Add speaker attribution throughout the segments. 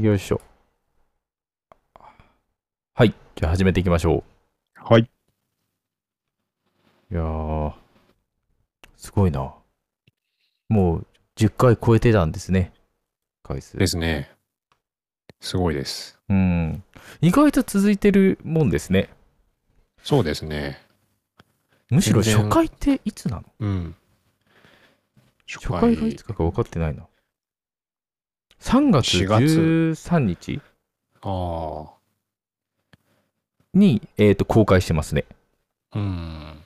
Speaker 1: よいしょ。はい。じゃあ始めていきましょ
Speaker 2: はい。
Speaker 1: う。いやー、すごいな。もう10回超えてたんですね。回数。
Speaker 2: ですね。すごいです。
Speaker 1: うん。意外と続いてるもんですね。
Speaker 2: そうですね。
Speaker 1: むしろ
Speaker 2: 全然
Speaker 1: 初回っていつなの
Speaker 2: うん。初
Speaker 1: 初回がいつかが分かってないな。3月
Speaker 2: 4月
Speaker 1: 13日
Speaker 2: あ
Speaker 1: に、えー、と公開してますね。
Speaker 2: あ。うん。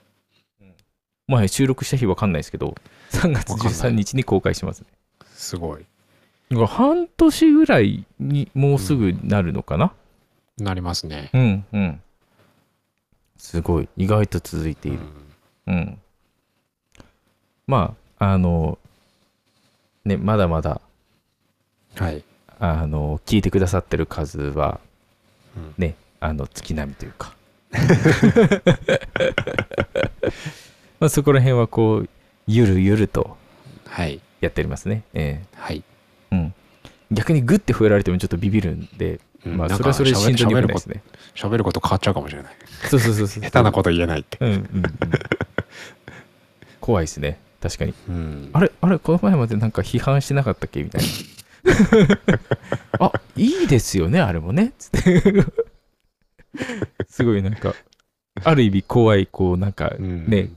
Speaker 1: まあ収録した日分かんないですけど、3月13日に公開してますね。
Speaker 2: すごい。
Speaker 1: だから半年ぐらいにもうすぐなるのかな
Speaker 2: なりますね。
Speaker 1: うんうん。すごい。意外と続いている
Speaker 2: う。
Speaker 1: う
Speaker 2: ん
Speaker 1: ん。まあ、あの、ね、まだまだ、
Speaker 2: はい。
Speaker 1: あの、聞いてくださってる数は
Speaker 2: うん、
Speaker 1: ね、あの、月並みという か。まあそこら辺はこう、ゆるゆると
Speaker 2: はい。
Speaker 1: やっておりますね。え
Speaker 2: はい。
Speaker 1: えうん。逆にグッて増えられてもちょっとビビるんで、
Speaker 2: うん
Speaker 1: まあ、
Speaker 2: なん
Speaker 1: それはそれで
Speaker 2: か喋
Speaker 1: 慎重に
Speaker 2: 喋
Speaker 1: い
Speaker 2: る
Speaker 1: で
Speaker 2: こ
Speaker 1: すね。
Speaker 2: と喋ること変わっちゃうかもしれない。
Speaker 1: そうそうそうそう。
Speaker 2: 下手なこと言えないって。
Speaker 1: うんうんうん。怖いですね。確かに。
Speaker 2: うん
Speaker 1: あ。れ、あれ、この前までなんか批判してなかったっけみたい な。あ、いいですよね、あれもね。つって。すごいなんか、ある意味怖い、こう、なんか、
Speaker 2: うん
Speaker 1: ね、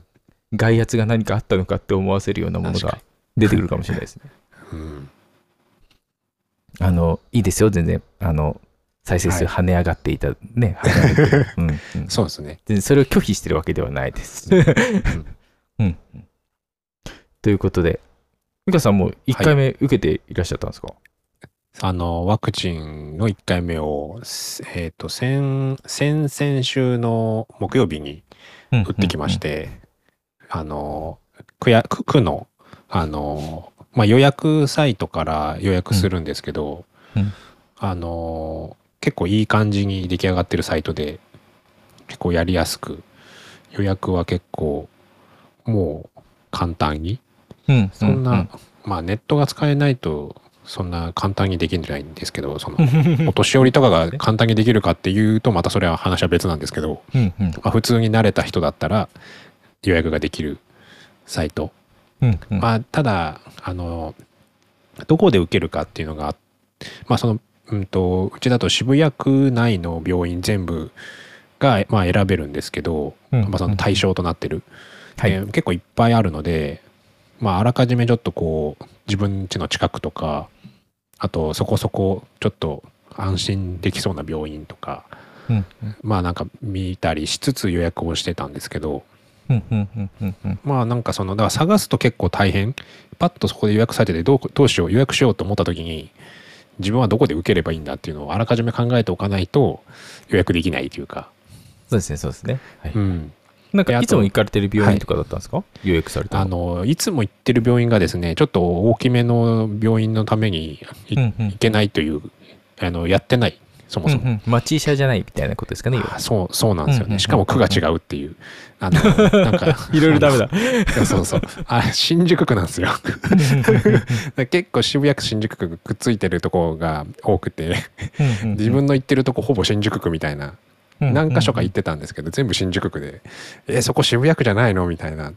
Speaker 1: 外圧が何かあったのかって思わせるようなもの
Speaker 2: 確か
Speaker 1: が出てくるかもしれないですね。
Speaker 2: うん。
Speaker 1: あの、いいですよ、全然。あの、再生数跳ね上がっていた、ね、跳ね上 がってうんうん
Speaker 2: そうですね。
Speaker 1: 全然それを拒否してるわけではないです。うん。ということで、美香さんも1回目受けていらっしゃったんですか、
Speaker 2: あの、ワクチンの1回目を、すえっ、と、先、先々週の木曜日に
Speaker 1: うん
Speaker 2: 打ってきまし。て、あの、区や区区の、あの、まあ、予約サイトから予約するんですけど、
Speaker 1: うんうん
Speaker 2: あの、結構いい感じに出来上がってるサイトで、結構やりやすく、予約は結構、もう簡単に、
Speaker 1: うんうん、
Speaker 2: そんな、
Speaker 1: う
Speaker 2: まあ、ネットが使えないと、そんな簡単にできるんじゃないんですけど、その、
Speaker 1: うん
Speaker 2: お年寄りとかが簡単にできるかっていうと、またそれは話は別なんですけど、
Speaker 1: うんうん
Speaker 2: まあ、普通に慣れた人だったら予約ができるサイト、
Speaker 1: うんうん
Speaker 2: まあただあのどこで受けるかっていうのがまあそのうんとうちだと渋谷区内の病院全部が、まあ、選べるんですけど、
Speaker 1: うん
Speaker 2: まあ、その対象となってる、
Speaker 1: はい
Speaker 2: で結構いっぱいあるので、まあ、あらかじめちょっとこう自分家の近くとかあとそこそこちょっと安心できそうな病院とか、
Speaker 1: うん
Speaker 2: まあなんか見たりしつつ予約をしてたんですけど
Speaker 1: うんうんうんうんうん
Speaker 2: まあなんかそのだから探すと結構大変パッとそこで予約サイトでどうどうしよう予約しようと思った時に自分はどこで受ければいいんだっていうのをあらかじめ考えておかないと予約できないというか、
Speaker 1: そうですね、そうですね。はい
Speaker 2: うん、
Speaker 1: なん
Speaker 2: で
Speaker 1: か、
Speaker 2: あと
Speaker 1: いつも行かれてる病院とかだったんですか、予約された
Speaker 2: あ
Speaker 1: の。
Speaker 2: のいつも行ってる病院がですねちょっと大きめの病院のためにい
Speaker 1: うんうん
Speaker 2: 行けないという、あのやってないそも
Speaker 1: うん
Speaker 2: そうも、
Speaker 1: ん、町医者じゃないみたいなことですかね、要は
Speaker 2: あそうそうなんですよね、
Speaker 1: うんうんうん
Speaker 2: しかも区が違うっていうあのなんか
Speaker 1: いろいろダメだ。
Speaker 2: あのそうそうあ新宿区なんですよで 結構渋谷区新宿区がくっついてるとこが多くて自分の行ってるとこほぼ新宿区みたいな何箇所か行ってたんですけど全部新宿区で「えそこ渋谷区じゃないの?」みたいな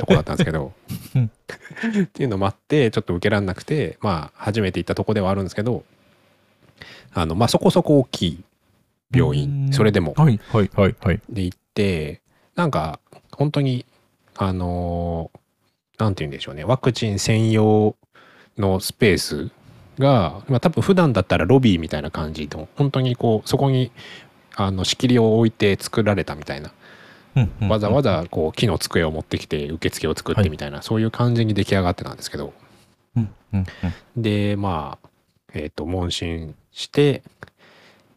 Speaker 2: とこだったんですけど
Speaker 1: うん
Speaker 2: っていうのもあってちょっと受けられなくてまあ初めて行ったとこではあるんですけどあのまあそこそこ大きい病
Speaker 1: う
Speaker 2: 院
Speaker 1: ん
Speaker 2: それでも
Speaker 1: はいはいはいはい。
Speaker 2: で行ってなんか本当にあのーなんて言うんでしょうねワクチン専用のスペースが、まあ、多分普段だったらロビーみたいな感じの本当にこうそこにあの仕切りを置いて作られたみたいなわざわ
Speaker 1: ざ。
Speaker 2: ざこう木の机を持ってきて受付を作ってみたいな、そういう感じに出来上がってたんですけど
Speaker 1: うんうん
Speaker 2: でまあえっ、と問診して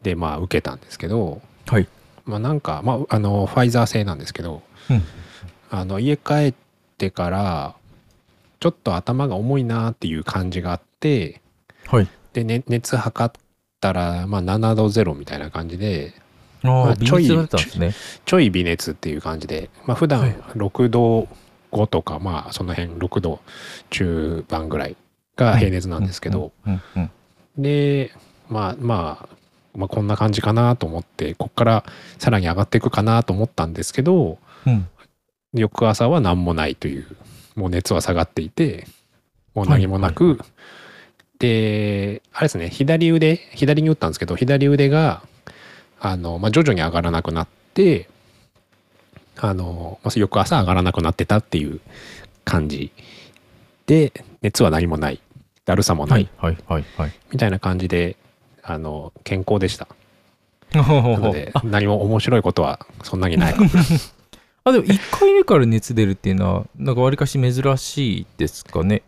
Speaker 2: でまあ受けたんですけど、
Speaker 1: はい
Speaker 2: まあなんか、まあ、あのファイザー製なんですけど、
Speaker 1: うん
Speaker 2: あの家帰ってからちょっと頭が重いなっていう感じがあって
Speaker 1: はい。
Speaker 2: で、ね、熱測ったら、まあ、7度0みたいな感じで
Speaker 1: あ
Speaker 2: ま
Speaker 1: あ、
Speaker 2: あ
Speaker 1: 微
Speaker 2: ちょい
Speaker 1: 熱だったんですね。
Speaker 2: ちょい微熱っていう感じで、まあ普
Speaker 1: は
Speaker 2: 段
Speaker 1: い
Speaker 2: 6度5とか、まあその辺6度中盤ぐらいが平熱なんですけど、
Speaker 1: うんうんうん
Speaker 2: で、まあまあ、まあこんな感じかなと思って、こっからさらに上がっていくかなと思ったんですけど、
Speaker 1: うん。
Speaker 2: 翌朝は何もないという、もう熱は下がっていて、もう何もなく、
Speaker 1: はいは
Speaker 2: で、あれですね、左腕、左に打ったんですけど、左腕が、あの、まあ、徐々に上がらなくなって、あの、まあ、翌朝上がらなくなってたっていう感じで、熱は何もない、だるさもない、
Speaker 1: はいはい はい。
Speaker 2: みたいな感じで、あの、健康でした。
Speaker 1: ほほほ
Speaker 2: なので、何も面白いことはそんなに ない。
Speaker 1: あ、でも1回目から熱出るっていうのは、なんかわりかし珍しいですかね。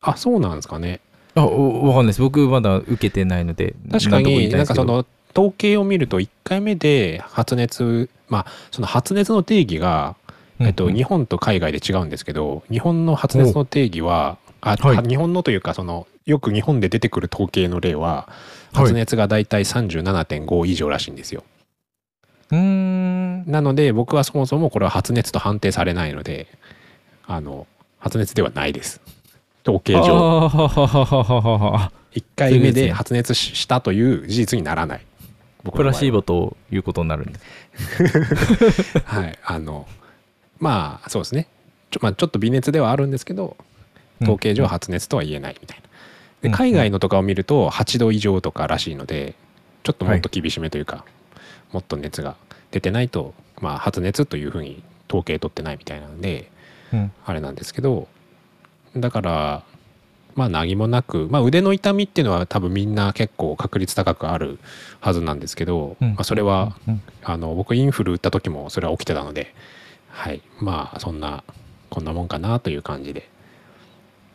Speaker 2: あ、そうなんですかね。
Speaker 1: あ、おわかんないです。僕まだ受けてないので、
Speaker 2: 確か
Speaker 1: んとも言
Speaker 2: に
Speaker 1: いたい
Speaker 2: な
Speaker 1: で
Speaker 2: ん
Speaker 1: す
Speaker 2: か
Speaker 1: けど
Speaker 2: そ、の統計を見ると1回目で発熱まあその発熱の定義が、えっと、
Speaker 1: うん
Speaker 2: 日本と海外で違うんですけど日本の発熱の定義はあ、
Speaker 1: はい
Speaker 2: は日本のというかそのよく日本で出てくる統計の例
Speaker 1: は
Speaker 2: は
Speaker 1: い
Speaker 2: 発熱がだいたい37.5以上らしいんですよ、
Speaker 1: うーん。
Speaker 2: なので僕はそもそもこれは発熱と判定されないのであの発熱ではないです統計
Speaker 1: あー
Speaker 2: 上
Speaker 1: ははははははは
Speaker 2: 1回目
Speaker 1: そうです
Speaker 2: で
Speaker 1: ね
Speaker 2: 発熱ししたという事実にならない僕
Speaker 1: プ
Speaker 2: の場合は
Speaker 1: ラシーボということになるんです。
Speaker 2: はい、あのまあそうですねちょ,、まあ、ちょっと微熱ではあるんですけど
Speaker 1: うん
Speaker 2: 統計上発熱とは言えないみたいな、
Speaker 1: うん
Speaker 2: で海外のとかを見ると8度以上とからしいのでちょっともっと厳しめというか、もっと熱が出てないと、まあ、発熱というふうに統計取ってないみたいなので
Speaker 1: うん
Speaker 2: あれなんですけどだからまあ何もなく、まあ、腕の痛みっていうのは多分みんな結構確率高くあるはずなんですけど、
Speaker 1: うん
Speaker 2: まあ、それは
Speaker 1: うん
Speaker 2: あの僕インフル打った時もそれは起きてたのではいまあそんなこんなもんかなという感じで、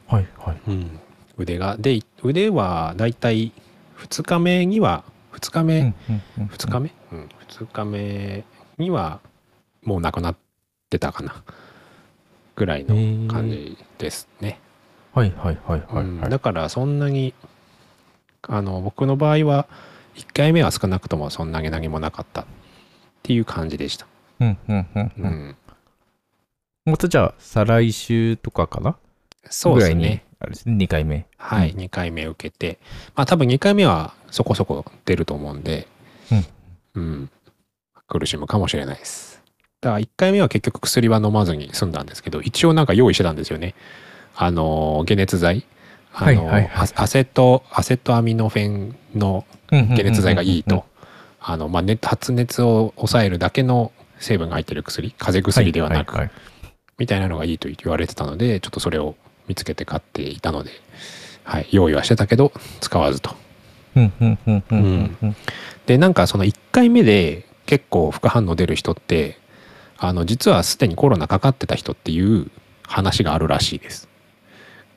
Speaker 1: はいはい。
Speaker 2: うん、腕がで腕はだいたい2日目には2日目、
Speaker 1: うんうんうん
Speaker 2: 2日目、うん、2日目にはもうなくなってたかなぐらいの感じですね、
Speaker 1: はいはいはいはい
Speaker 2: うん
Speaker 1: はい。
Speaker 2: だからそんなにあの僕の場合は1回目は少なくともそんなに何もなかったっていう感じでした、
Speaker 1: うんうんうん
Speaker 2: う
Speaker 1: うんん。またじゃあ、再来週とかかな
Speaker 2: そう
Speaker 1: ぐ
Speaker 2: で
Speaker 1: ら
Speaker 2: す
Speaker 1: い
Speaker 2: ね
Speaker 1: に。あれですね、2回目。
Speaker 2: はい、
Speaker 1: う
Speaker 2: 2回目受けて、まあ多分2回目はそこそこ出ると思うんで、うん、苦しむかもしれないです。だから1回目は結局薬は飲まずに済んだんですけど、一応なんか用意してたんですよね。あのー、解熱剤。あのー
Speaker 1: はいはいはい
Speaker 2: アアセト、アセトアミノフェンの解
Speaker 1: 解
Speaker 2: 熱剤がいいと。あの、まあ、熱発熱を抑えるだけの成分が入ってる薬、風邪薬ではなく
Speaker 1: い、い
Speaker 2: みたいなのがいいと言われてたので、ちょっとそれを見つけて買っていたので、はい、用意はしてたけど、使わずと。
Speaker 1: うんうんうんうんうんうん
Speaker 2: で、なんかその1回目で結構副反応出る人って、あの、実はすでにコロナかかってた人っていう話があるらしいです。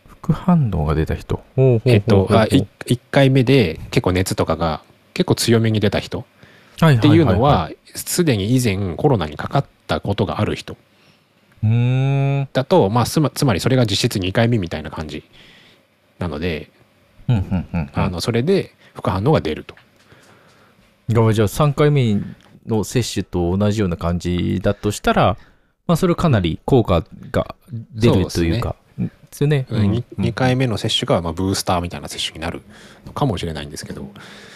Speaker 1: 副反応が出た人。ほうほうほう
Speaker 2: えっと、あ
Speaker 1: はい
Speaker 2: 1回目で結構熱とかが結構強めに出た人
Speaker 1: はいはいはい
Speaker 2: っていうのは、すでに以前コロナにかかったことがある人
Speaker 1: うーん
Speaker 2: だと、まあ、つまつまりそれが実質2回目みたいな感じなので、
Speaker 1: うんうんうん
Speaker 2: あのそれで副反応が出ると。
Speaker 1: がじゃあ3回目の接種と同じような感じだとしたら、まあ、それはかなり効果が出るというか、ですよね。
Speaker 2: う
Speaker 1: うん
Speaker 2: に 2, 回目の接種がまあブースターみたいな接種になるのかもしれないんですけど、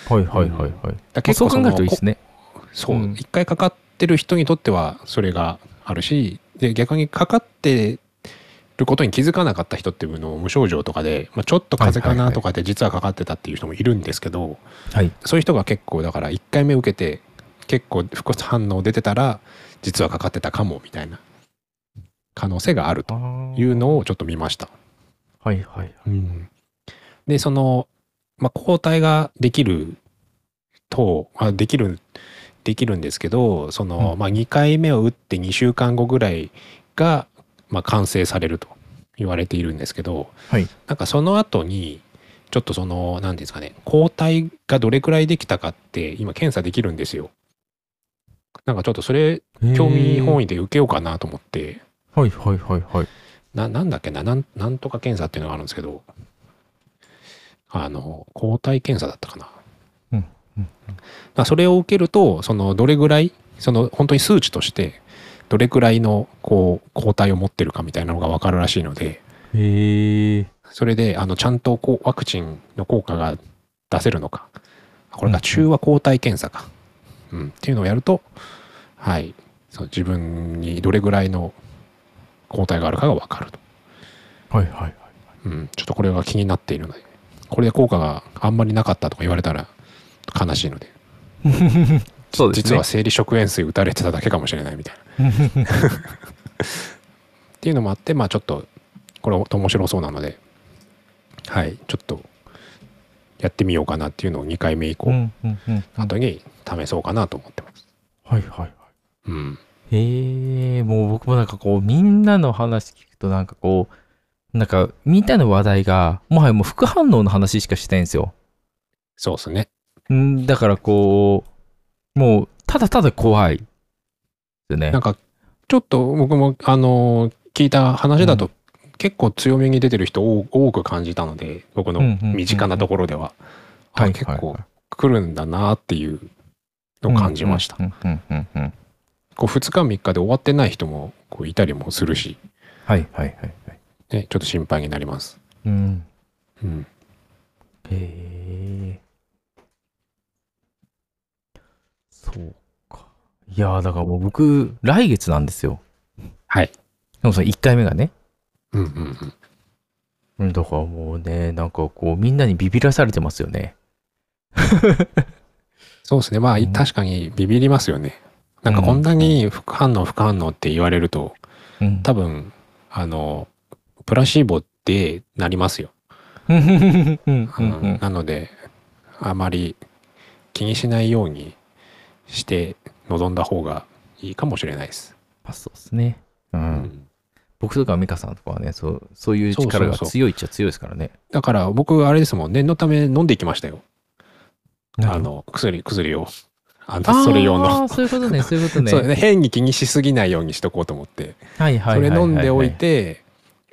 Speaker 1: はいはいはいはい。
Speaker 2: だ
Speaker 1: まあそう考えるといいです
Speaker 2: ね。
Speaker 1: ね。
Speaker 2: こそう、
Speaker 1: うん
Speaker 2: 1回かかってる人にとってはそれがあるし、で逆にかかってることに気づかなかった人っていうのを無症状とかで、まあ、ちょっと風邪かなとかで実はかかってたっていう人もいるんですけど、
Speaker 1: はい。
Speaker 2: そういう人が結構だから1回目受けて結構副反応出てたら実はかかってたかもみたいな可能性があるというのをちょっと見ました。
Speaker 1: はいはい。
Speaker 2: でその、まあ、抗体ができるとあできるできるんですけどその、
Speaker 1: うん
Speaker 2: まあ、2回目を打って2週間後ぐらいが、まあ、完成されると言われているんですけど、
Speaker 1: はい
Speaker 2: なんかその後にちょっとその何ていうんですかね抗体がどれくらいできたかって今検査できるんですよ。なんかちょっとそれ興味本
Speaker 1: 位。
Speaker 2: 位で受けようかなと思って。
Speaker 1: はいはいはいはい。
Speaker 2: ななんだっけななんなんとか検査っていうのがあるんですけどあの抗体検査だったかな、
Speaker 1: うんうん
Speaker 2: まあそれを受けるとそのどれぐらいその本当に数値としてどれくらいのこう抗体を持ってるかみたいなのが分かるらしいので
Speaker 1: へえ。
Speaker 2: それであのちゃんとこうワクチンの効果が出せるのかこれが中和抗体検査か、うんっていうのをやると、はい、その自分にどれぐらいの抗体があるかが分かると、
Speaker 1: はいはいはい。
Speaker 2: うん、ちょっとこれが気になっているのでこれで効果があんまりなかったとか言われたら悲しいので
Speaker 1: そうですね。
Speaker 2: 実は生理食塩水打たれてただけかもしれないみたいな。っていうのもあってまあちょっとこれ面白そうなのではいちょっとやってみようかなっていうのを2回目以降、
Speaker 1: うんうんうん。
Speaker 2: 後に試そうかなと思ってます。
Speaker 1: はいはいはい。
Speaker 2: うん、
Speaker 1: へえ、もう僕もなんかこう、みんなの話聞くとなんかこう、なんかみんなの話題が、もはやもう副反応の話しかしてないんですよ。
Speaker 2: そうですね。
Speaker 1: んだからこう、もうただただ怖い。ですよね
Speaker 2: なん。かちょっと僕もあのー聞いた話だと、結構強めに出てる人を多く感じたので僕の
Speaker 1: うんうんうんうん
Speaker 2: 身近なところでは、
Speaker 1: はい
Speaker 2: あ結構来るんだなっていうのを感じました。
Speaker 1: うんうんうんうんうん。
Speaker 2: こう2日3日で終わってない人もこういたりもするし、
Speaker 1: はいはいはいはい。
Speaker 2: ね、ちょっと心配になります。
Speaker 1: うん。
Speaker 2: うん、
Speaker 1: へえ。そうか。いやーだからもう僕、来月なんですよ。
Speaker 2: はい。
Speaker 1: でもその1回目がね。
Speaker 2: うんうんうん。
Speaker 1: うんだからもうね、なんかこう、みんなにビビらされてますよね。
Speaker 2: そうですね。まあ、
Speaker 1: うん
Speaker 2: 確かにビビりますよね。なんかこんなに副反応、副反応って言われると、
Speaker 1: うん。
Speaker 2: 多分、あの、プラシーボってなりますよ。
Speaker 1: うんうんうん
Speaker 2: う
Speaker 1: うんん
Speaker 2: なので、あまり気にしないようにして臨んだ方がいいかもしれないです。
Speaker 1: まあそうですね。う。
Speaker 2: うんん
Speaker 1: 僕とか美香さんとかはね、そう、そういう
Speaker 2: そうそう
Speaker 1: 力が
Speaker 2: そう
Speaker 1: 強いっちゃ強いですからね。
Speaker 2: だから僕、あれですもん、念のため飲んでいきましたよ。あ
Speaker 1: あの
Speaker 2: の、薬、薬を。あ
Speaker 1: あ
Speaker 2: の、それ用
Speaker 1: ー
Speaker 2: の。
Speaker 1: そういう ことね、そういうことね。
Speaker 2: そうね、変に気にしすぎないようにしとこうと思って、
Speaker 1: はいは
Speaker 2: そ
Speaker 1: いは
Speaker 2: れ
Speaker 1: いはいはい。
Speaker 2: 飲んでおいて、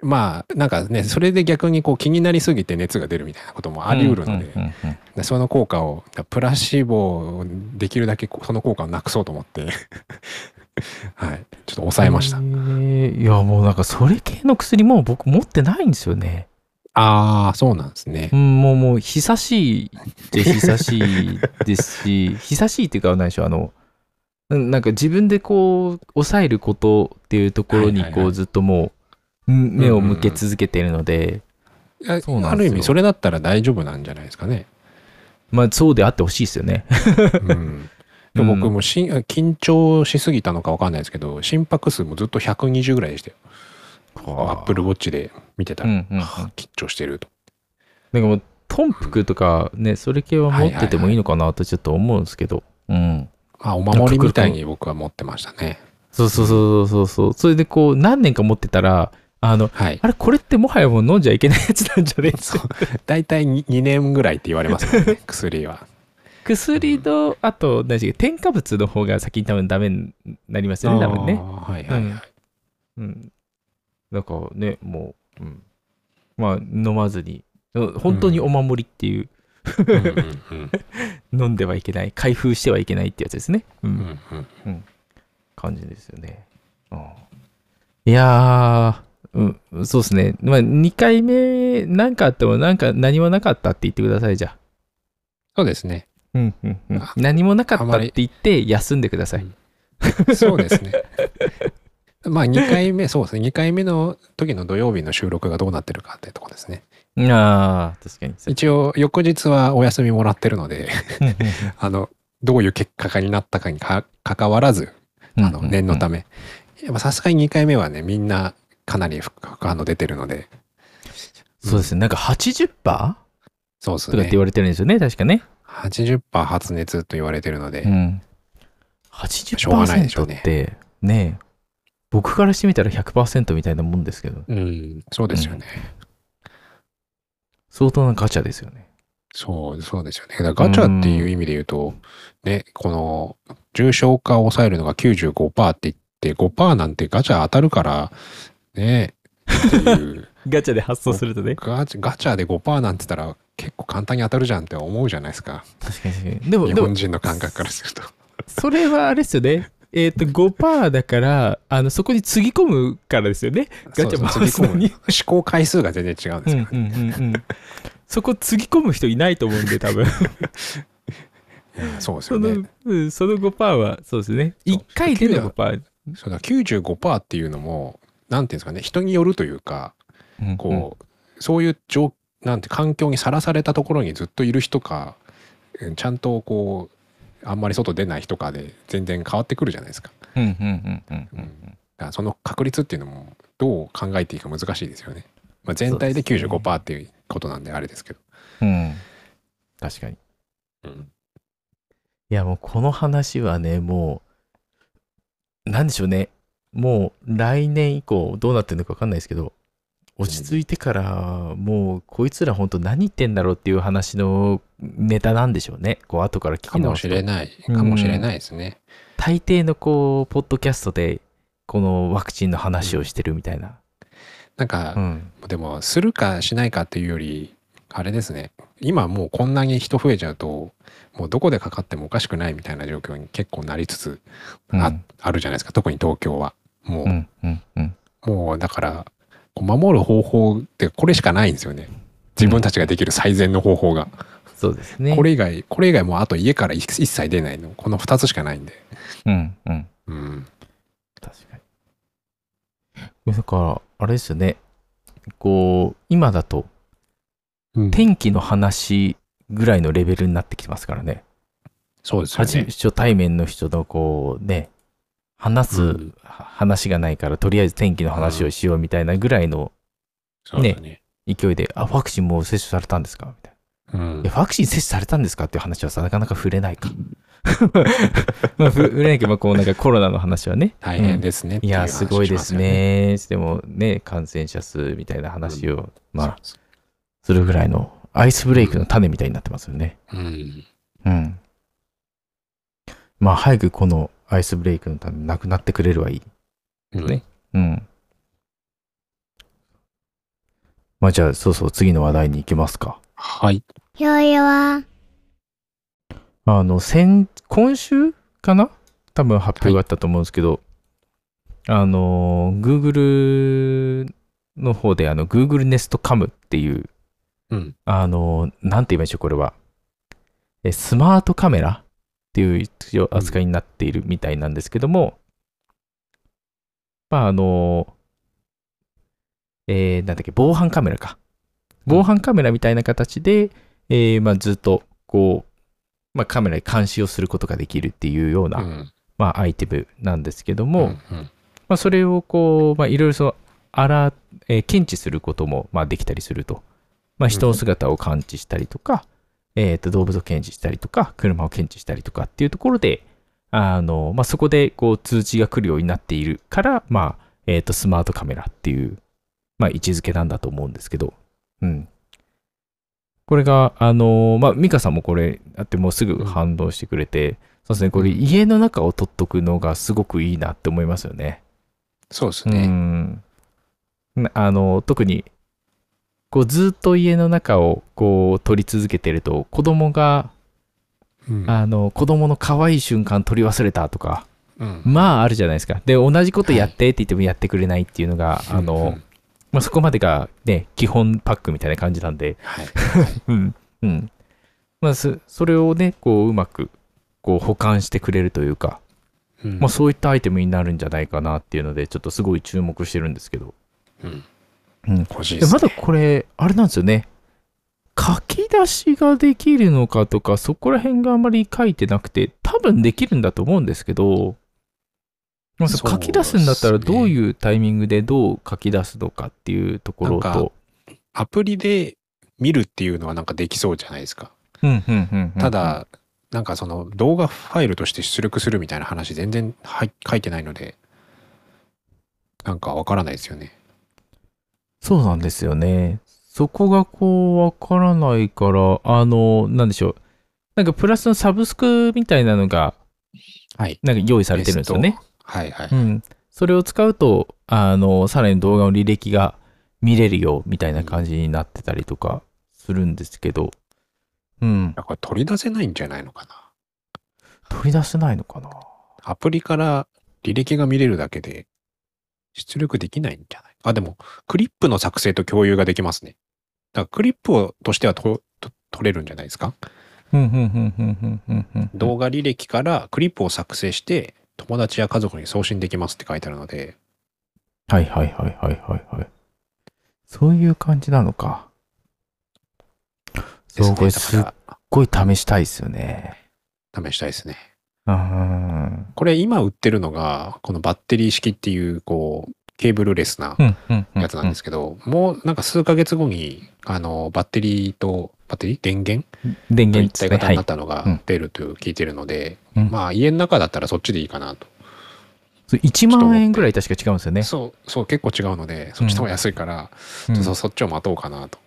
Speaker 2: まあなんかねそれで逆にこう気になりすぎて熱が出るみたいなこともあり得るので、
Speaker 1: うんうんうん
Speaker 2: でその効果をプラシーボをできるだけこうその効果をなくそうと思って はいちょっと抑えました、
Speaker 1: へーいや、もうなんか、それ系の薬もう僕持ってないんですよね。
Speaker 2: ああそうなんですね
Speaker 1: うん、もう、もう、久しいって久しいですし、 久しいっていうか、何でしょう、あの、うんなんか自分でこう、抑えることっていうところに
Speaker 2: はい、はい
Speaker 1: こ
Speaker 2: は
Speaker 1: う、
Speaker 2: い
Speaker 1: ずっともう、うん目を向け続けているので、
Speaker 2: あ
Speaker 1: そうなんですよ
Speaker 2: ある意味それだったら大丈夫なんじゃないですかね、
Speaker 1: まあ、そうであってほしいですよね。
Speaker 2: うん、でも
Speaker 1: うん
Speaker 2: 僕もし緊張しすぎたのかわかんないですけど心拍数もずっと120ぐらいでしたよアップルウォッチで見てた
Speaker 1: う
Speaker 2: ら、
Speaker 1: ん うんうん。なん
Speaker 2: はあ緊張してると
Speaker 1: かもう、トンプクとかね、それ系は持っててもいいのかなとちょっと思うんですけど、うん。
Speaker 2: まあ、お守りみたいに僕は持ってましたね。
Speaker 1: そうそうそうそうそう。それでこう、何年か持ってたら、あの、
Speaker 2: はい。
Speaker 1: あれ、これってもはやもう飲んじゃいけないやつなんじゃねえ
Speaker 2: そう大体 2, 2年ぐらいって言われますもんね、 薬は。
Speaker 1: 薬と、あと、何でしたっけ添加物の方が先に多分ダメになりますよね、多分
Speaker 2: あ
Speaker 1: ね。
Speaker 2: ーはいはいはい。
Speaker 1: うん。なんかね、もう、うん、まあ、飲まずに、うん本当にお守りっていう、
Speaker 2: うんうん
Speaker 1: 飲んではいけない、開封してはいけないってやつですね。う
Speaker 2: うん
Speaker 1: ん。
Speaker 2: うんうん
Speaker 1: 感じですよね。ああいやー、うん、そうですね。まあ、2回目、なんかあっても、なんか何もなかったって言ってください、じゃあ。
Speaker 2: そうですね。
Speaker 1: うんうんうん
Speaker 2: あ、
Speaker 1: 何もなかった
Speaker 2: あま
Speaker 1: っ
Speaker 2: り
Speaker 1: て言って休んでください。
Speaker 2: そうで すね。まあ2回目、そうですね。2回目の時の土曜日の収録がどうなってるかってとこですね。
Speaker 1: ああ、確かに。
Speaker 2: 一応、翌日はお休みもらってるので、
Speaker 1: うんうん
Speaker 2: あの、どういう結果になったかにか関わらず、
Speaker 1: うん
Speaker 2: あの、念のため。やっぱさすがに2回目はね、みんなかなり副反応出てるので、
Speaker 1: そうですね。なんか80%とか
Speaker 2: そうです
Speaker 1: って
Speaker 2: ね
Speaker 1: 言。われてるんですよね、確かね。
Speaker 2: 80%発熱と言われてるので、
Speaker 1: うん。
Speaker 2: しょうがないでしょう
Speaker 1: 80%
Speaker 2: ね
Speaker 1: って、ねえ、僕からしてみたら100%みたいなもんですけど、
Speaker 2: うん、そうですよね。
Speaker 1: 相当なガチャですよね。
Speaker 2: そう、そうですよね。だからガチャっていう意味で言うと、ね、この、重症化を抑えるのが95%って言って、5%なんてガチャ当たるから、ね、っていう、
Speaker 1: ガチャで発
Speaker 2: 送す
Speaker 1: るとね。
Speaker 2: ガチャガチャで5%なんて言ったら、結構簡単に当たるじゃんって思うじゃないですか。
Speaker 1: 確かに確かに。でも、
Speaker 2: 日
Speaker 1: でも
Speaker 2: 本、人の感覚からすると。
Speaker 1: それはあれですよね。えっ、と、5%だから、あの、そこにつぎ込むからですよね。ガチャ
Speaker 2: そうそう
Speaker 1: 回すのに
Speaker 2: つぎ込む試行回数が全然違うんですよ。
Speaker 1: うんうんうんうん。そこつぎ込む人いないと思うんで、多分。
Speaker 2: そうです
Speaker 1: そ
Speaker 2: よ
Speaker 1: の、
Speaker 2: ね。
Speaker 1: うんその5%は、そうですね。
Speaker 2: そう
Speaker 1: 1回での5%。
Speaker 2: そうだ95%っていうのも、なんていうんですかね、人によるというか、
Speaker 1: うん
Speaker 2: こう、そういう状なんて環境にさらされたところにずっといる人か、うんちゃんとこう、あんまり外出ない人かで全然変わってくるじゃないですか。
Speaker 1: うんうんうんうんうんうん
Speaker 2: だからその確率っていうのもどう考えていいか難しいですよね。まあ、全体
Speaker 1: そ
Speaker 2: で
Speaker 1: うですね
Speaker 2: 95%っていうことなんであれですけど。
Speaker 1: うん。うん。確かに。
Speaker 2: うん
Speaker 1: いやもうこの話はね、もう、なんでしょうね。もう来年以降どうなってるのか分かんないですけど、落ち着いてから、もうこいつら本当何言ってんだろうっていう話のネタなんでしょうね。こう後から聞
Speaker 2: か
Speaker 1: き
Speaker 2: も
Speaker 1: 直す
Speaker 2: し
Speaker 1: と
Speaker 2: れない、かもしれないですね。
Speaker 1: 大抵のこう、ポッドキャストで、このワクチンの話をしてるみたいな。
Speaker 2: なんか、
Speaker 1: うん。
Speaker 2: でもするかしないかっていうよりあれですね今もうこんなに人増えちゃうともうどこでかかってもおかしくないみたいな状況に結構なりつつあ,、
Speaker 1: うん
Speaker 2: あるじゃないですか特に東京はもう、
Speaker 1: うんうんうん。
Speaker 2: もうだからこう守る方法ってこれしかないんですよね自分たちができる最善の方法が、
Speaker 1: そうですね。
Speaker 2: これ以外これ以外もうあと家から一一切出ないのこの2つしかないんで
Speaker 1: うんうん。
Speaker 2: うん
Speaker 1: 確かに。だから、あれですよね。こう、今だと、
Speaker 2: うん
Speaker 1: 天気の話ぐらいのレベルになってきてますからね。
Speaker 2: そうですよ
Speaker 1: 初
Speaker 2: ね
Speaker 1: 初対面の人のこうね、話す、
Speaker 2: うん
Speaker 1: は話がないから、とりあえず天気の話をしようみたいなぐらいの
Speaker 2: そうだね
Speaker 1: 勢いで、あ、ワクチンもう接種されたんですかみたいな。
Speaker 2: うん
Speaker 1: いやワクチン接種されたんですかっていう話はさ、なかなか触れないか。 まあ、ふ触れないけど、まあ、こう、なんかコロナの話はね。
Speaker 2: 大変ですねって
Speaker 1: い
Speaker 2: いう
Speaker 1: や、
Speaker 2: 話
Speaker 1: すごい
Speaker 2: し
Speaker 1: で
Speaker 2: ますよね
Speaker 1: ね。でもね、感染者数みたいな話を、まあ、
Speaker 2: そ
Speaker 1: するぐらいのアイスブレイクの種みたいになってますよね。
Speaker 2: ううん
Speaker 1: うん。まあ、早くこのアイスブレイクの種なくなってくれればいい。
Speaker 2: うん
Speaker 1: ねうん。まあ、じゃあ、そうそう、次の話題に行きますか。
Speaker 2: はい。
Speaker 3: よいわ。
Speaker 1: あの、先、今週かな多分発表があったと思うんですけど、あの、Google の方で、あの、Google Nest Cam っていう、
Speaker 2: うん。
Speaker 1: あの、なんて言いましょう、これは。えスマートカメラっていう一応扱いになっているみたいなんですけども、まあ、あの、えーなんだっけ、防犯カメラか。防犯カメラみたいな形で、えーまあ、ずっと、こう、まあ、カメラに監視をすることができるっていうような、
Speaker 2: ん、
Speaker 1: まあ、アイテムなんですけども、
Speaker 2: うん、うん
Speaker 1: まあ、それをこう、まあ、いろいろそのあら、えー検知することも、まあ、できたりすると。まあ、人の姿を感知したりとか、えーと動物を検知したりとか、車を検知したりとかっていうところで、あのまあ、そこでこう通知が来るようになっているから、まあえー、とスマートカメラっていう、まあ、位置づけなんだと思うんですけど、うん、これが、あのまあ、美香さんもこれあってもうすぐ反応してくれて、そうですね、これ家の中を撮っとくのがすごくいいなって思いますよね。
Speaker 2: そうです
Speaker 1: う
Speaker 2: ね。
Speaker 1: ん。なあの、特に、こう、ずっと家の中を、こう、撮り続けてると、子供が、
Speaker 2: うん
Speaker 1: あの、子供の可愛い瞬間撮り忘れたとか、
Speaker 2: うん
Speaker 1: まあ、あるじゃないですか。で、同じことやってって言ってもやってくれないっていうのが、あ
Speaker 2: うんう
Speaker 1: の
Speaker 2: ん、
Speaker 1: まあ、そこまでが、ね、基本パックみたいな感じなんで、
Speaker 2: はい。
Speaker 1: うん。うん。まあ、そそれをね、こう、うまく、こう、保管してくれるというか、
Speaker 2: うん
Speaker 1: まあ、そういったアイテムになるんじゃないかなっていうので、ちょっとすごい注目してるんですけど。
Speaker 2: うん
Speaker 1: うん
Speaker 2: 欲しい
Speaker 1: い
Speaker 2: で
Speaker 1: や
Speaker 2: す
Speaker 1: ま
Speaker 2: ね
Speaker 1: だこれ、あれなんですよね。書き出しができるのかとか、そこら辺があんまり書いてなくて、多分できるんだと思うんですけど、まあ、そ
Speaker 2: そうう
Speaker 1: 書き出すんだったらどういうタイミングでどう書き出すのかっていうところ
Speaker 2: なんか
Speaker 1: と。
Speaker 2: アプリで見るっていうのはなんかできそうじゃないですか。
Speaker 1: うんうんうんうん
Speaker 2: ただ、なんかその動画ファイルとして出力するみたいな話全然はい書いてないので、なんかわからないですよね。
Speaker 1: そうなんですよね。そこがこう、わからないから、あの、なんでしょう。なんかプラスのサブスクみたいなのが、
Speaker 2: はい。
Speaker 1: なんか用意されてるんですよね。
Speaker 2: はいはい。
Speaker 1: うん、それを使うとあのさらに動画の履歴が見れるよみたいな感じになってたりとかするんですけど、うん、
Speaker 2: これ取り出せないんじゃないのかな。
Speaker 1: 取り出せないのかな
Speaker 2: アプリから履歴が見れるだけで出力できないんじゃないあ、でも、クリップの作成と共有ができますね。だからクリップをとしてはとと取れるんじゃないですか
Speaker 1: うんうんうんうんうんうんうん
Speaker 2: 動画履歴からクリップを作成して、友達や家族に送信できますって書いてあるので、
Speaker 1: はいはいはいはいはいはい。そういう感じなのか。
Speaker 2: です
Speaker 1: そう、これ
Speaker 2: ね、
Speaker 1: すっ
Speaker 2: だか
Speaker 1: ごい試したいですよね。
Speaker 2: ら試したいですね。
Speaker 1: うん。
Speaker 2: これ今売ってるのが、このバッテリー式っていう、こう、ケーブルレスな
Speaker 1: うんうんうん。
Speaker 2: やつなんですけど、もうなんか数ヶ月後に、あの、バッテリーと、バッテリー電源
Speaker 1: 電
Speaker 2: と
Speaker 1: 源
Speaker 2: 一
Speaker 1: です
Speaker 2: 体
Speaker 1: ね。
Speaker 2: 型
Speaker 1: はい
Speaker 2: になっ。たの
Speaker 1: うん
Speaker 2: が出ると聞いてるので、
Speaker 1: うん
Speaker 2: まあ家の中だったらそっちでいいかなと。
Speaker 1: そう1万円ぐらい確か違うんですよね。
Speaker 2: そう、そう結構違うので、そっちの方が安いから、
Speaker 1: うん
Speaker 2: そそっちを待とうかなと。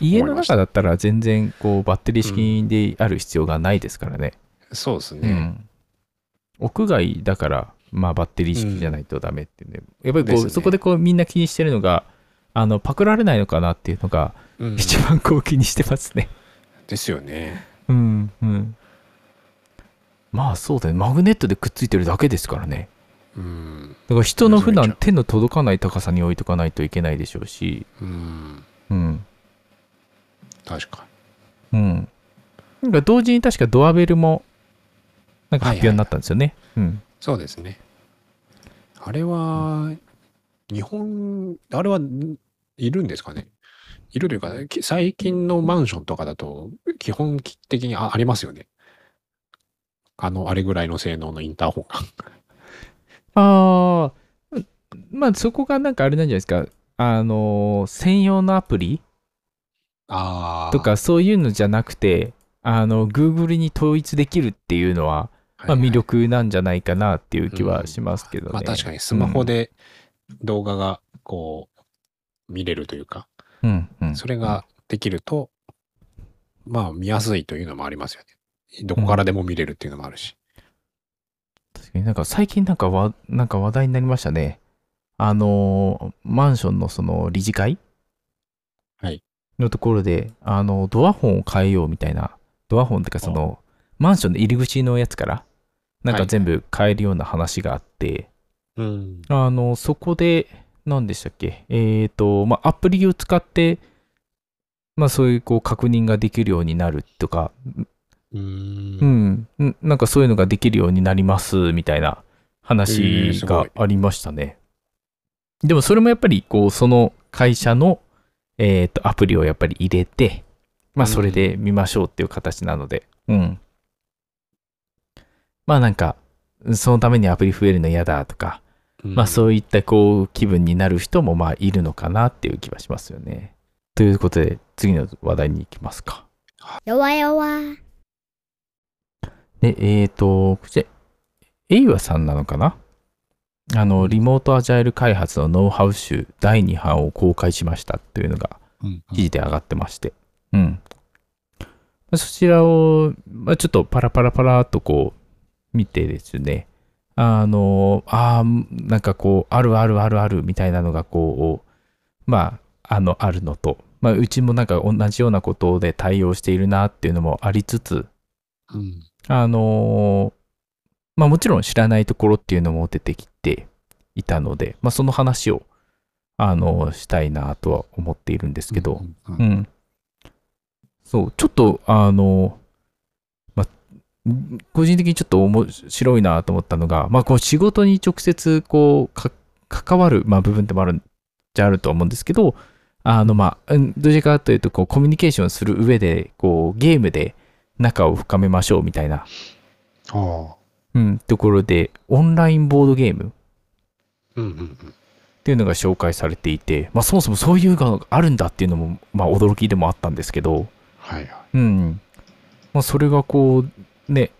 Speaker 1: 家の中だったら全然こうバッテリー式である必要がないですからね。
Speaker 2: そうですね。
Speaker 1: うん屋外だから、まあ、バッテリー式じゃないとダメっていうね。やっぱりこ
Speaker 2: で
Speaker 1: う、
Speaker 2: すね
Speaker 1: そこでこうみんな気にしてるのが、あのパクられないのかなっていうのが、
Speaker 2: うん
Speaker 1: 一番こう気にしてますね。
Speaker 2: ですよね。
Speaker 1: うんうん。まあそうだね。マグネットでくっついてるだけですからね。
Speaker 2: うん。
Speaker 1: だから人の普
Speaker 2: めちゃ
Speaker 1: 段
Speaker 2: めち
Speaker 1: 手の届かない高さに置いとかないといけないでしょうし。
Speaker 2: うん。
Speaker 1: うん。
Speaker 2: 確か
Speaker 1: うん。なんか同時に確かドアベルも、なんか発表になったんですよね。うん。
Speaker 2: そうですね。あれは、日本、あれは、んいるんですかねいるというか、き最近のマンションとかだと、基本的にあありますよね。あの、あれぐらいの性能のインターホンが。
Speaker 1: ああ、うんまあそこがなんかあれなんじゃないですか。あのー専用のアプリ
Speaker 2: あ
Speaker 1: と、かそういうのじゃなくて、あの、Google に統一できるっていうのは、まあ、魅力なんじゃないかなっていう気はしますけどね。
Speaker 2: まあ確かにスマホで動画がこう見れるというか、
Speaker 1: うん、うん
Speaker 2: それができると、まあ見やすいというのもありますよね。どこからでも見れるっていうのもあるし。
Speaker 1: 確かになんか最近なんかわなんか話題になりましたね。あのーマンションのその理事会
Speaker 2: はい
Speaker 1: のところで、あのドアホンを変えようみたいな、ドアホンっていうかそのマンションの入り口のやつから、なんか全部変えるような話があって、
Speaker 2: うん。
Speaker 1: あのそこで、何でしたっけ、えっ、と、まあ、アプリを使って、まあ、そういうこう確認ができるようになるとか、
Speaker 2: う。
Speaker 1: うんん、んなんかそういうのができるようになりますみたいな
Speaker 2: へー
Speaker 1: 話
Speaker 2: すご
Speaker 1: が
Speaker 2: い
Speaker 1: ありましたね。でもそれもやっぱりこうその会社の、えー、とアプリをやっぱり入れて、まあ、それで見ましょうっていう形なので、うん。まあなんかそのためにアプリ増えるの嫌だとか、まあ
Speaker 2: う
Speaker 1: そういったこう気分になる人もまあいるのかなっていう気はしますよね。ということで次の話題に行きますか。
Speaker 3: 弱々。
Speaker 1: で、えっ、と、こちら、エイワさんなのかなあの、リモートアジャイル開発のノウハウ集第2版を公開しましたというのが
Speaker 2: ん。
Speaker 1: 記事で上がってまして。うん。そちらを、まあ、ちょっとパラパラパラっとこう、見てですね、あの、あーなんかこう、あるあるあるあるみたいなのがこう、まあ、あの、あるのと、まあ、うちもなんか同じようなことで対応しているなっていうのもありつつ、
Speaker 2: うん。
Speaker 1: あのーまあもちろん知らないところっていうのも出てきていたので、まあその話を、あのーしたいなとは思っているんですけど、
Speaker 2: うん。
Speaker 1: うん。そう、ちょっと、あのーまあ、ん個人的にちょっと面白いなと思ったのが、まあこう仕事に直接こう、か関わる、まあ、部分でもあるんじゃあると思うんですけど、あのまあ、うんどちらかというとこうコミュニケーションする上でこうゲームで仲を深めましょうみたいな
Speaker 2: ああ。
Speaker 1: うん、ところで、オンラインボードゲームっ
Speaker 2: うんうんうん。
Speaker 1: ていうのが紹介されていて、まあ、そもそもそういうのがあるんだっていうのも、まあ、驚きでもあったんですけど、
Speaker 2: はいは
Speaker 1: うん。まあ、それがこう、ね、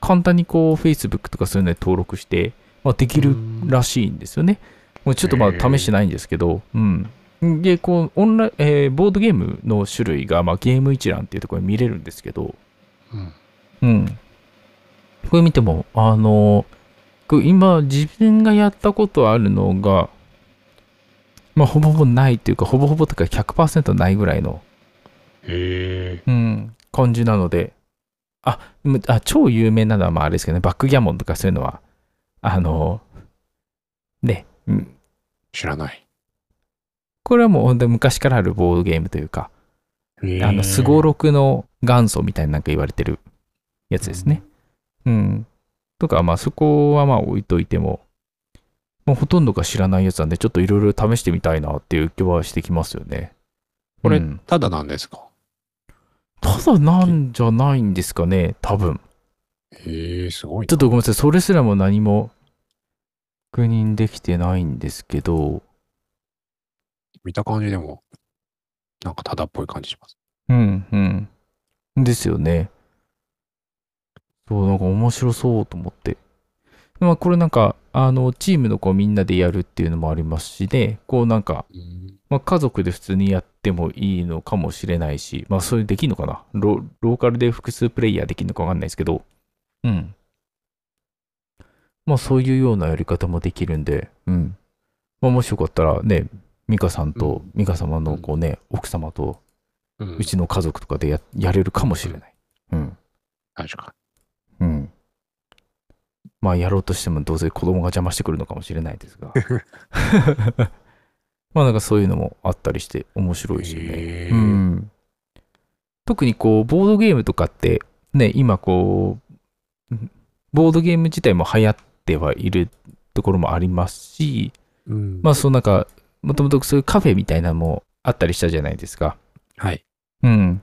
Speaker 1: 簡単にこう、Facebook とかそういうので登録して、まあ、できるらしいんですよね。もうちょっとま
Speaker 2: へ
Speaker 1: あ
Speaker 2: ー
Speaker 1: 試してないんですけど、うん。で、こう、オンライン、えーボードゲームの種類が、まあ、ゲーム一覧っていうところに見れるんですけど、
Speaker 2: い。うん。
Speaker 1: うん。これ見ても、あの、これ今自分がやったことあるのが、まあほぼほぼないというか、ほぼほぼというか100%ないぐらいの、
Speaker 2: へえ。
Speaker 1: うん、感じなので、あ、むあ超有名なのはまああれですけどね、バックギャモンとかそういうのは、あの、ね、うん
Speaker 2: 知らない。
Speaker 1: これはもう本当に昔からあるボードゲームというか、
Speaker 2: へえ
Speaker 1: あの、スゴロクの元祖みたいになんか言われてるやつですね。うん。とか、まあそこはまあ置いといても、もうほとんどが知らないやつなんで、ちょっといろいろ試してみたいなっていう気はしてきますよね。
Speaker 2: これ
Speaker 1: うん
Speaker 2: ただなんですか
Speaker 1: ただなんじゃないんですかね、多分。
Speaker 2: へえ、すごい
Speaker 1: ちょっとごめんなさい、それすらも何も確認できてないんですけど、
Speaker 2: 見た感じでも、なんかただっぽい感じします。
Speaker 1: うんうん。ですよね。そう、なんか面白そうと思って。まあ、これなんか、あの、チームのこうみんなでやるっていうのもありますしね、こうなんか、まあ、家族で普通にやってもいいのかもしれないし、まあ、それできるのかなロローカルで複数プレイヤーできるのかわかんないですけど、うん。まあ、そういうようなやり方もできるんで、うん。まあ、もしよかったらね、美香さんと、美香様のこうね、奥様と、
Speaker 2: うん
Speaker 1: うちの家族とかでややれるかもしれない。うん。
Speaker 2: 確か
Speaker 1: うん。まあ、やろうとしても、どうせ子供が邪魔してくるのかもしれないです が。まあ、なんかそういうのもあったりして、面白いですよね。
Speaker 2: へえ
Speaker 1: うん。特にこう、ボードゲームとかって、ね、今こう、ボードゲーム自体も流行ってはいるところもありますし、
Speaker 2: に。うん
Speaker 1: まあ、そのなんか、もともとそういうカフェみたいなのもあったりしたじゃないですか。
Speaker 2: はい。
Speaker 1: うん。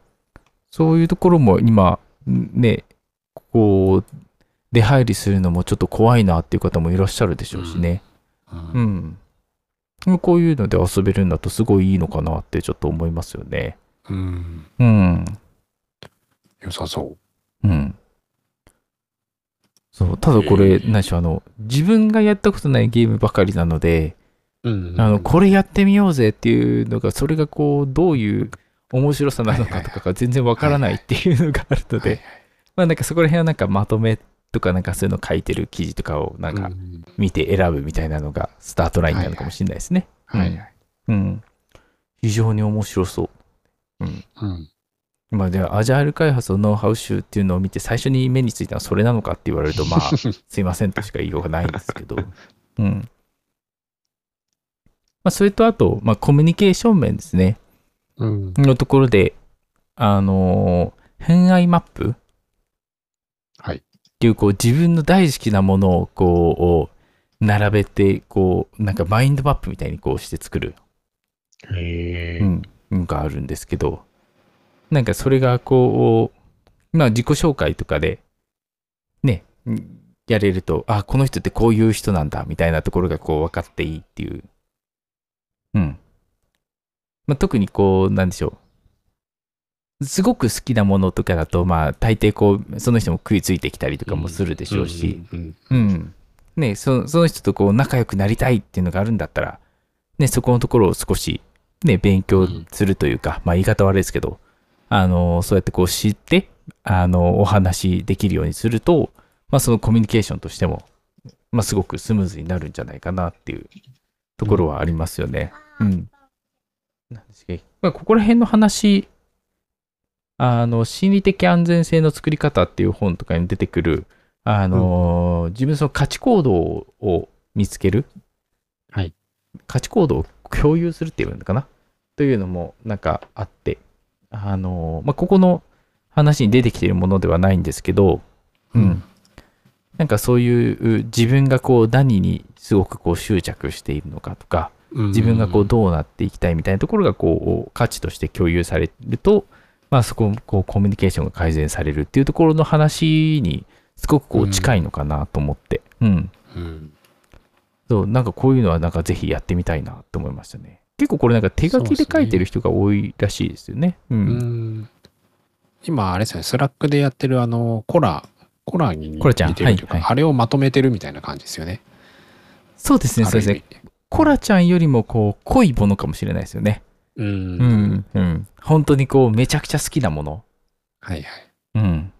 Speaker 1: そういうところも今、ね、こう、出入りするのもちょっと怖いなっていう方もいらっしゃるでしょうしね。
Speaker 2: うん
Speaker 1: うん。こういうので遊べるんだとすごいいいのかなってちょっと思いますよね。
Speaker 2: うん。
Speaker 1: うん。
Speaker 2: 良さそう。
Speaker 1: うん。そう、ただこ
Speaker 2: え
Speaker 1: れ、
Speaker 2: ー
Speaker 1: 何でしょう、あの、自分がやったことないゲームばかりなので、
Speaker 2: うん
Speaker 1: あの、これやってみようぜっていうのが、それがこう、どういう面白さなのかとかが全然わからないっていうのがあるので、まあなんかそこら辺はなんかまとめとかなんかそういうの書いてる記事とかをなんか
Speaker 2: うん
Speaker 1: 見て選ぶみたいなのがスタートラインなのかもしれないですね。
Speaker 2: はいはい。
Speaker 1: うん。非常に面白そう。
Speaker 2: うん。
Speaker 1: まあではアジャイル開発のノウハウ集っていうのを見て最初に目についたのはそれなのかって言われるとまあすいませんとしか言いようがないんですけど。うん。まあそれとあと、まあコミュニケーション面ですね。
Speaker 2: うん。
Speaker 1: のところで、あのー偏愛マップ
Speaker 2: はい
Speaker 1: っていう、こう、自分の大好きなものを、こう、並べて、こう、なんかマインドマップみたいにこうして作る、
Speaker 2: へ
Speaker 1: う
Speaker 2: え。
Speaker 1: ん、のがあるんですけど、なんかそれが、こう、まあ、自己紹介とかで、ね、うんやれると、あ、この人ってこういう人なんだ、みたいなところが、こう、分かっていいっていう。うん。まあ、特にこう、なんでしょう。すごく好きなものとかだと、まあ、大抵こう、その人も食いついてきたりとかもするでしょうし、
Speaker 2: うん。
Speaker 1: うん。ねそ、その人とこう、仲良くなりたいっていうのがあるんだったら、ね、そこのところを少し、ね、勉強するというか、まあ、言い方悪いですけど、あの、そうやってこう、知って、あの、お話しできるようにすると、まあ、そのコミュニケーションとしても、まあ、すごくスムーズになるんじゃないかなっていうところはありますよね。うん。なんですけどまあ、ここら辺の話、あの、心理的安全性の作り方っていう本とかに出てくる、あのー自分のその価値行動を見つける、
Speaker 2: はい、
Speaker 1: 価値行動を共有するっていうのかなというのもなんかあって、あのーまあ、ここの話に出てきているものではないんですけど、
Speaker 2: うん
Speaker 1: なんかそういう自分がこう何にすごくこう執着しているのかとか、自分がこうどうなっていきたいみたいなところがこう価値として共有されると、まあ、そここうコミュニケーションが改善されるっていうところの話にすごくこう近いのかなと思って、うん
Speaker 2: うん。
Speaker 1: そうなんかこういうのはなんかぜひやってみたいなと思いましたね結構これなんか手書きで書いてる人が多いらしいですよねう
Speaker 2: うんん。今、あれですね、スラックでやってるあの、コラ、コラに似
Speaker 1: コラちゃん
Speaker 2: てると
Speaker 1: は
Speaker 2: いう
Speaker 1: い
Speaker 2: か、
Speaker 1: は
Speaker 2: あれをまとめてるみたいな感じですよね。
Speaker 1: そうですねそうですねコラちゃんよりもこう濃いものかもしれないですよね
Speaker 2: ある意
Speaker 1: う
Speaker 2: 味。うん。
Speaker 1: ん、うん、本当にこうめちゃくちゃ好きなもの
Speaker 2: はいはい。
Speaker 1: うん。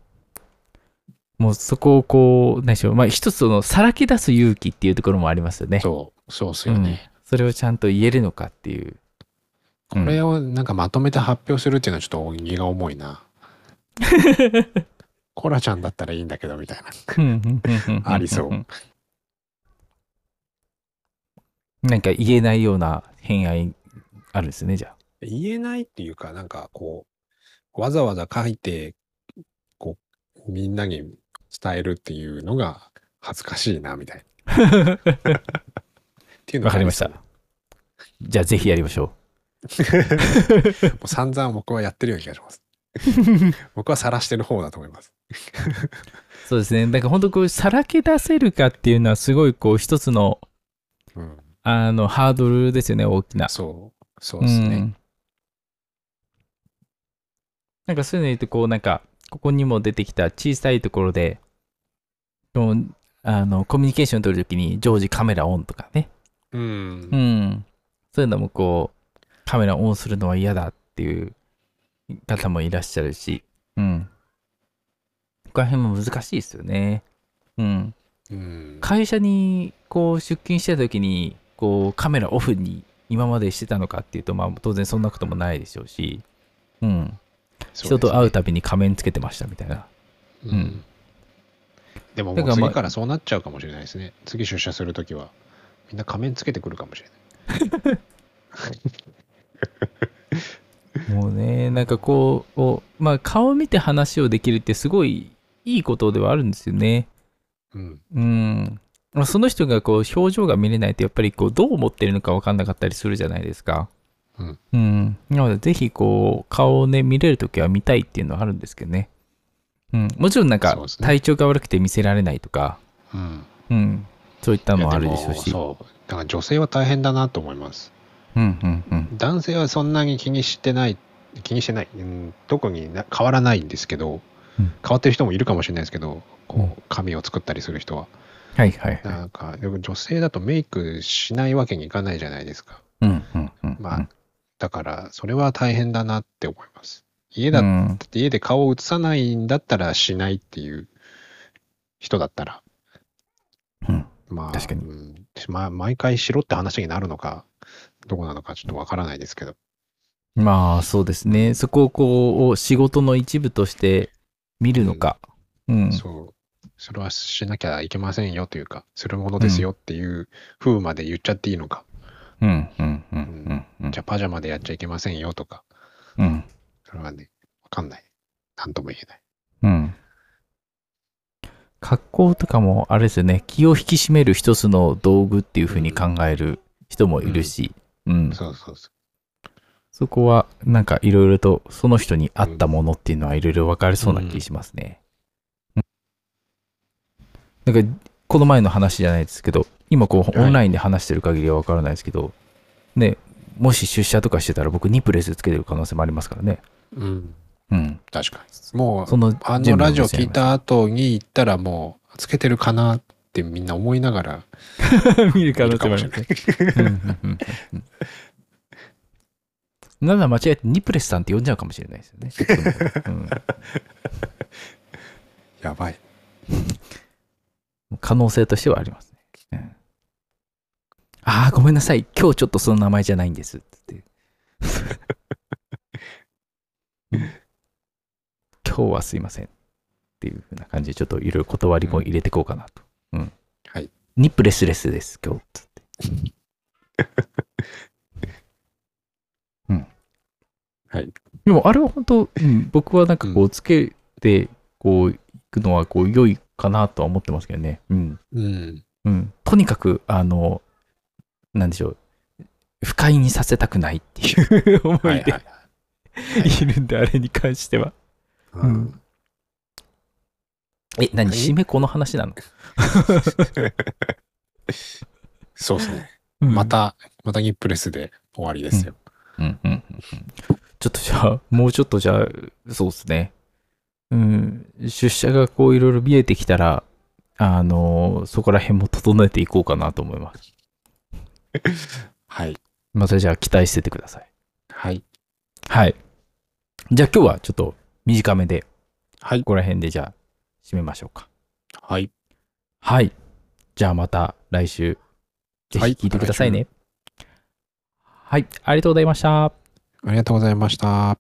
Speaker 1: もうそこをこう、何でしょう、まあ一つそのさらけ出す勇気っていうところもありますよね。
Speaker 2: そう、そうっすよね。
Speaker 1: うんそれをちゃんと言えるのかっていう。
Speaker 2: これをなんかまとめて発表するっていうのはちょっと荷が重 いな。コラちゃんだったらいいんだけどみたいな。ありそう。
Speaker 1: なんか言えないような偏愛あるんですね、じゃあ。
Speaker 2: 言えないっていうか、なんかこう、わざわざ書いて、こう、みんなに伝えるっていうのが恥ずかしいな、みたいな。 っていうの
Speaker 1: わ
Speaker 2: が
Speaker 1: かりました。じゃあぜひやりましょ
Speaker 2: もう散々僕はやってるような気が します。僕は晒してる方だと思います。
Speaker 1: う。そうですね。なんか本当こう、さらけ出せるかっていうのはすごいこう、一つの、
Speaker 2: うん。
Speaker 1: あの、ハードルですよね、大きな。
Speaker 2: そう。そうですね。
Speaker 1: んなんかそういうの言うとこうなんかここにも出てきた小さいところでこうあのコミュニケーション取るときに常時カメラオンとかね、
Speaker 2: う
Speaker 1: う
Speaker 2: ん。
Speaker 1: ん、そういうのもこうカメラオンするのは嫌だっていう方もいらっしゃるし、うん、ここら辺も難しいですよね。うん、
Speaker 2: うん
Speaker 1: 会社にこう出勤してた時にこうカメラオフに今までしてたのかっていうと、まあ、当然そんなこともないでしょうし、うん、人と会うたびに仮面つけてましたみたいな
Speaker 2: び
Speaker 1: んうん
Speaker 2: でも
Speaker 1: だ
Speaker 2: も
Speaker 1: から
Speaker 2: う
Speaker 1: まあ
Speaker 2: 次からそうなっちゃうかもしれないですね。次出社するときは、みんな仮面つけてくるかもしれない。
Speaker 1: もうねなんかこうこうまあ、顔を見て話をできるってすごいいいことではあるんですよね
Speaker 2: うん。
Speaker 1: うんまあその人がこう表情が見れないとやっぱりこうどう思ってるのか分かんなかったりするじゃないですか
Speaker 2: うん、
Speaker 1: うん、なのでぜひこう顔をね見れるときは見たいっていうのはあるんですけどね、うん、もちろんなんか
Speaker 2: そうですね
Speaker 1: 体調が悪くて見せられないとか、
Speaker 2: うん。
Speaker 1: うん、そういったのもある
Speaker 2: いや
Speaker 1: でし
Speaker 2: で
Speaker 1: ょ
Speaker 2: も
Speaker 1: うし
Speaker 2: そう。だから女性は大変だなと思います。
Speaker 1: うんうんうん
Speaker 2: 男性はそんなに気にしてない、気にしてない。うん、特にな変わらないんですけど、
Speaker 1: うん
Speaker 2: 変わってる人もいるかもしれないですけど、
Speaker 1: う
Speaker 2: こ
Speaker 1: ん
Speaker 2: う、髪を作ったりする人は。
Speaker 1: はいはいはい
Speaker 2: なんか、でも女性だとメイクしないわけにいかないじゃないですか。
Speaker 1: うんうんうんうん
Speaker 2: まあ、だから、それは大変だなって思います。家だ
Speaker 1: う
Speaker 2: っ
Speaker 1: ん
Speaker 2: だって家で顔を映さないんだったらしないっていう人だったら、
Speaker 1: うん
Speaker 2: まあ、
Speaker 1: 確かに
Speaker 2: うんま毎回しろって話になるのか、どこなのかちょっとわからないですけど。
Speaker 1: まあそうですねそこをこう仕事の一部として見るのか、うん
Speaker 2: そう。それはしなきゃいけませんよというか、するものですよっていう風まで言っちゃっていいのか、
Speaker 1: うんうんうんうんうん
Speaker 2: じゃあパジャマでやっちゃいけませんよとか、
Speaker 1: うん
Speaker 2: それはね、わかんない。なんとも言えない。
Speaker 1: うん。格好とかもあれですよね気を引き締める一つの道具っていうふうに考える人もいるし、うん
Speaker 2: そうそうそ
Speaker 1: そこはなんかいろいろとその人に合ったものっていうのはいろいろ分かれそうな気しますね。うんなんかこの前の話じゃないですけど今こう
Speaker 2: はい
Speaker 1: オンラインで話してる限りは分からないですけど、ねもし出社とかしてたら僕にプレスつけてる可能性もありますからね。
Speaker 2: う。うん。
Speaker 1: うん、
Speaker 2: 確かに。もう、
Speaker 1: その
Speaker 2: あ
Speaker 1: 準備
Speaker 2: のラ
Speaker 1: も
Speaker 2: ジオ
Speaker 1: 別に
Speaker 2: 聞いた後に行ったらもうつけてるかなってみんな思いながら
Speaker 1: 見る可能性もありますね。なら間違えてニプレスさんって呼んじゃうかもしれないですよね。うん
Speaker 2: やばい。
Speaker 1: 可能性としてはありますね。うんああ、ごめんなさい。今日ちょっとその名前じゃないんです。 って。うん今日はすいません。っていうふうな感じで、ちょっといろいろ断りも入れていこうかなと。うん。
Speaker 2: はい。
Speaker 1: ニップレスレスです、今日。つって。 うん。
Speaker 2: はい。
Speaker 1: でも、あれは本当、うん、僕はなんかこう、つけて、こう、いくのは、こう、良いかなとは思ってますけどね。うん。
Speaker 2: うん。
Speaker 1: うん、とにかく、あの、なんでしょう、不快にさせたくないっていう思いで
Speaker 2: はい
Speaker 1: いるんで、あれに関しては。
Speaker 2: はいはい
Speaker 1: うんえ、何、
Speaker 2: はい
Speaker 1: 締めこの話なの、
Speaker 2: そうですね。
Speaker 1: うん
Speaker 2: ま。た、またニップレスで終わりですよ。
Speaker 1: うんうんうんうんちょっとじゃあ、もうちょっとじゃあ、そうですね。うん、出社がこういろいろ見えてきたら、あの、そこら辺も整えていこうかなと思います。
Speaker 2: はい。
Speaker 1: またじゃあ、期待しててください。
Speaker 2: はい。
Speaker 1: はい。じゃあ今日はちょっと短めで、
Speaker 2: はい
Speaker 1: ここら辺でじゃあ、締めましょうか。
Speaker 2: はい。
Speaker 1: はい。じゃあまた来週、ぜひ
Speaker 2: はい
Speaker 1: 聞いてくださいね。はい、ありがとうございました。
Speaker 2: ありがとうございました。